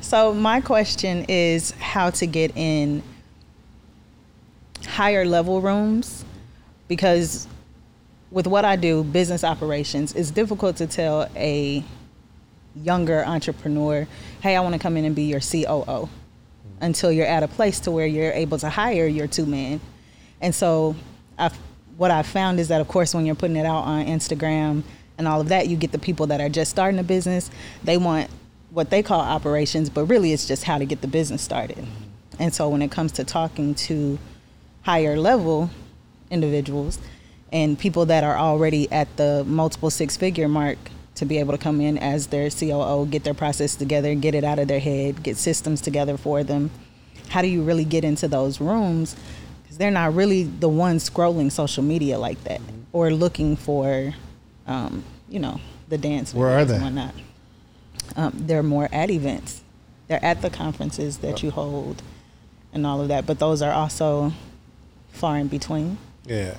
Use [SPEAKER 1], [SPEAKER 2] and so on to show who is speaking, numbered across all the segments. [SPEAKER 1] So my question is how to get in higher level rooms because with what I do, business operations, it's difficult to tell a younger entrepreneur, "Hey, I want to come in and be your COO." Until you're at a place to where you're able to hire your two men. And so I've, what I've found is that, of course, when you're putting it out on Instagram and all of that, you get the people that are just starting a business. They want what they call operations, but really it's just how to get the business started. And so when it comes to talking to higher level individuals and people that are already at the multiple six figure mark to be able to come in as their COO, get their process together, get it out of their head, get systems together for them. How do you really get into those rooms? Because they're not really the ones scrolling social media like that
[SPEAKER 2] Mm-hmm.
[SPEAKER 1] or looking for, um, you know, the dance
[SPEAKER 2] Where are
[SPEAKER 1] videos
[SPEAKER 2] they?
[SPEAKER 1] and whatnot. Um, they're more at events. They're at the conferences that you hold and all of that. But those are also far in between.
[SPEAKER 2] Yeah.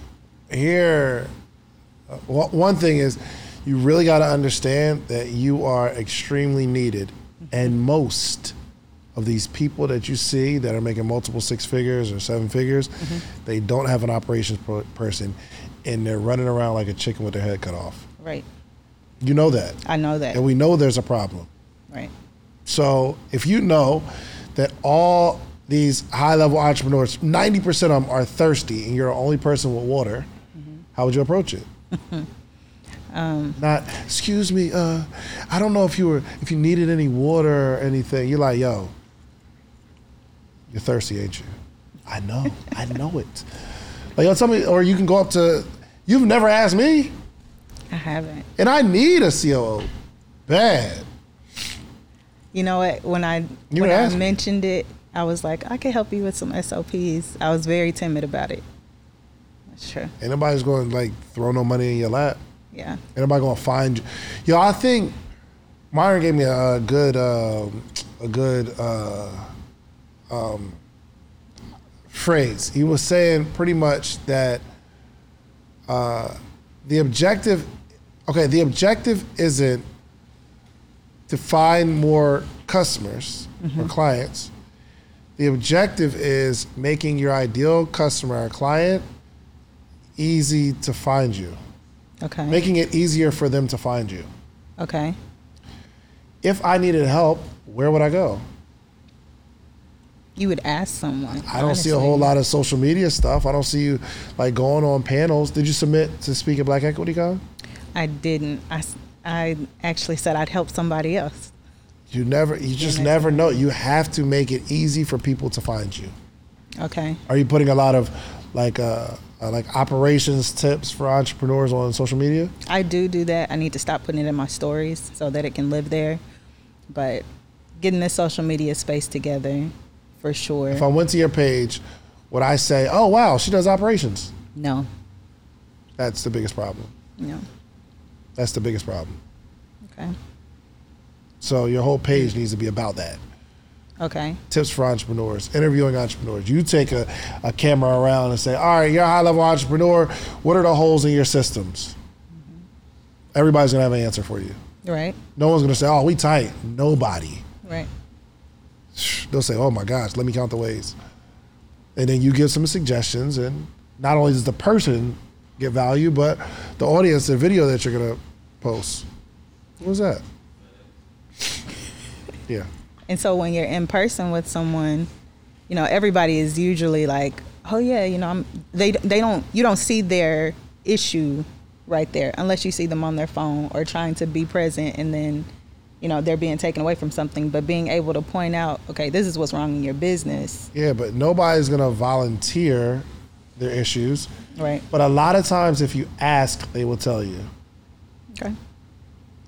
[SPEAKER 2] Here, uh, one one thing is you really got to understand that you are extremely needed. And most of these people that you see that are making multiple six figures or seven figures, they don't have an operations per- person and they're running around like a chicken with their head cut off.
[SPEAKER 1] Right.
[SPEAKER 2] You know that.
[SPEAKER 1] I know that.
[SPEAKER 2] And we know there's a problem.
[SPEAKER 1] Right.
[SPEAKER 2] So if you know that all these high level entrepreneurs, 90% of them are thirsty and you're the only person with water, how would you approach it? Not, excuse me, uh, I don't know if you were if you needed any water or anything. You're like, yo, you're thirsty, ain't you? I know, I know it. Like yo, tell me, or you can go up to you've never asked me,
[SPEAKER 1] I haven't.
[SPEAKER 2] and I need a COO. Bad.
[SPEAKER 1] You know what? When I
[SPEAKER 2] You
[SPEAKER 1] when
[SPEAKER 2] were
[SPEAKER 1] I
[SPEAKER 2] asking.
[SPEAKER 1] mentioned it, I was like, I could help you with some SOPs. I was very timid about it. That's true.
[SPEAKER 2] Ain't nobody's going to like throw no money in your lap.
[SPEAKER 1] Yeah.
[SPEAKER 2] Ain't nobody gonna find you. Yo, I think Myron gave me a good, um a good uh, um, phrase. He was saying pretty much that uh, the objective, okay, the objective isn't to find more customers or clients. The objective is making your ideal customer or client easy to find you
[SPEAKER 1] Okay.
[SPEAKER 2] making it easier for them to find you.
[SPEAKER 1] okay.
[SPEAKER 2] If I needed help, where would I go?
[SPEAKER 1] You would ask someone.
[SPEAKER 2] I don't see a whole lot of social media stuff. I don't see you like going on panels. Did you submit to speak at Black Equity Con?
[SPEAKER 1] I didn't. I, s- I actually said I'd help somebody else.
[SPEAKER 2] You never, you just
[SPEAKER 1] never
[SPEAKER 2] never know. You have to make it easy for people to find you.
[SPEAKER 1] Okay.
[SPEAKER 2] Are you putting a lot of like uh, uh like operations tips for entrepreneurs on social media?
[SPEAKER 1] I do do that. I need to stop putting it in my stories so that it can live there. But getting this social media space together for sure.
[SPEAKER 2] If I went to your page, would I say, "Oh wow, she does operations"?
[SPEAKER 1] no.
[SPEAKER 2] That's the biggest problem.
[SPEAKER 1] No.
[SPEAKER 2] That's the biggest problem.
[SPEAKER 1] Okay.
[SPEAKER 2] So your whole page needs to be about that.
[SPEAKER 1] Okay.
[SPEAKER 2] tips for entrepreneurs, interviewing entrepreneurs. You take a, a camera around and say, all right, you're a high level entrepreneur. What are the holes in your systems? Everybody's going to have an answer for you.
[SPEAKER 1] Right.
[SPEAKER 2] No one's going to say, oh, we tight. Nobody.
[SPEAKER 1] Right.
[SPEAKER 2] They'll say, oh my gosh, let me count the ways. And then you give some suggestions. And not only does the person get value, but the audience, the video that you're going to post. What was that? Yeah.
[SPEAKER 1] And so when you're in person with someone, you know, everybody is usually like, "Oh yeah, you know, I'm they they don't you don't see their issue right there unless you see them on their phone or trying to be present and then you know, they're being taken away from something, but being able to point out, okay, this is what's wrong in your business,
[SPEAKER 2] Yeah, but nobody's gonna volunteer their issues.
[SPEAKER 1] right?
[SPEAKER 2] But a lot of times, if you ask, they will tell you.
[SPEAKER 1] Okay.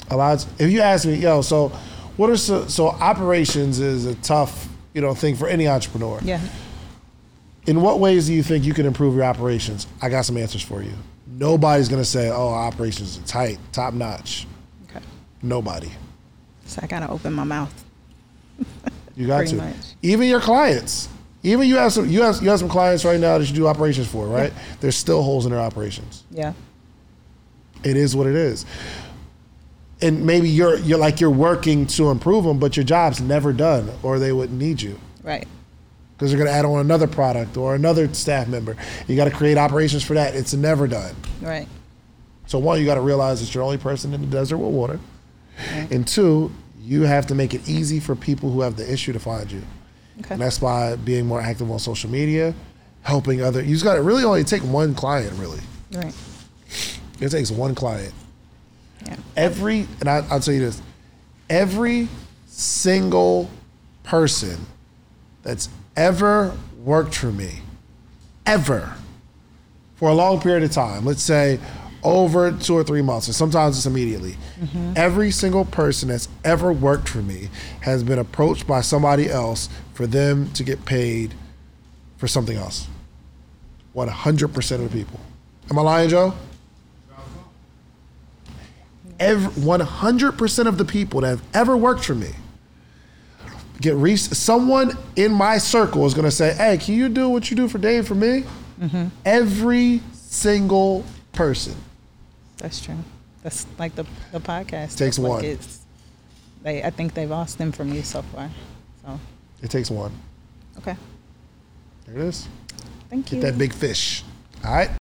[SPEAKER 2] A lot. if you ask me, yo, so what are so, so operations is a tough you know thing for any entrepreneur.
[SPEAKER 1] Yeah.
[SPEAKER 2] In what ways do you think you can improve your operations? I got some answers for you. Nobody's gonna say, oh, operations are tight, top notch.
[SPEAKER 1] Okay.
[SPEAKER 2] Nobody.
[SPEAKER 1] So I got to open my mouth.
[SPEAKER 2] You got
[SPEAKER 1] Pretty
[SPEAKER 2] to.
[SPEAKER 1] much.
[SPEAKER 2] Even your clients. Even you have some you have you have some clients right now that you do operations for, right? There's still holes in their operations.
[SPEAKER 1] Yeah.
[SPEAKER 2] it is what it is. and maybe you're you're like you're working to improve them, but your job's never done, or they wouldn't need you
[SPEAKER 1] Right.
[SPEAKER 2] because they're going to add on another product or another staff member. You got to create operations for that. It's never done.
[SPEAKER 1] Right.
[SPEAKER 2] So one, you got to realize that you're the only person in the desert with water, and two, you have to make it easy for people who have the issue to find you.
[SPEAKER 1] Okay.
[SPEAKER 2] And that's by being more active on social media, helping other. You just got to really only take one client. Really,
[SPEAKER 1] Right.
[SPEAKER 2] it takes one client.
[SPEAKER 1] Yeah.
[SPEAKER 2] Every and I, I'll tell you this: every single person that's ever worked for me, ever, for a long period of time, let's say over two or three months, or sometimes it's immediately. Every single person that's ever worked for me has been approached by somebody else for them to get paid for something else. 100% of the people. Am I lying, Joe? Every, 100% of the people that have ever worked for me get reached. Someone in my circle is going to say, "Hey, can you do what you do for Dave for me?" Every single person.
[SPEAKER 1] That's true. That's like the the podcast.
[SPEAKER 2] Takes
[SPEAKER 1] That's like
[SPEAKER 2] one.
[SPEAKER 1] It's, they, I think they've all stemmed from you so far. So,
[SPEAKER 2] It takes one.
[SPEAKER 1] okay.
[SPEAKER 2] There it is.
[SPEAKER 1] Thank you.
[SPEAKER 2] That big fish. All right.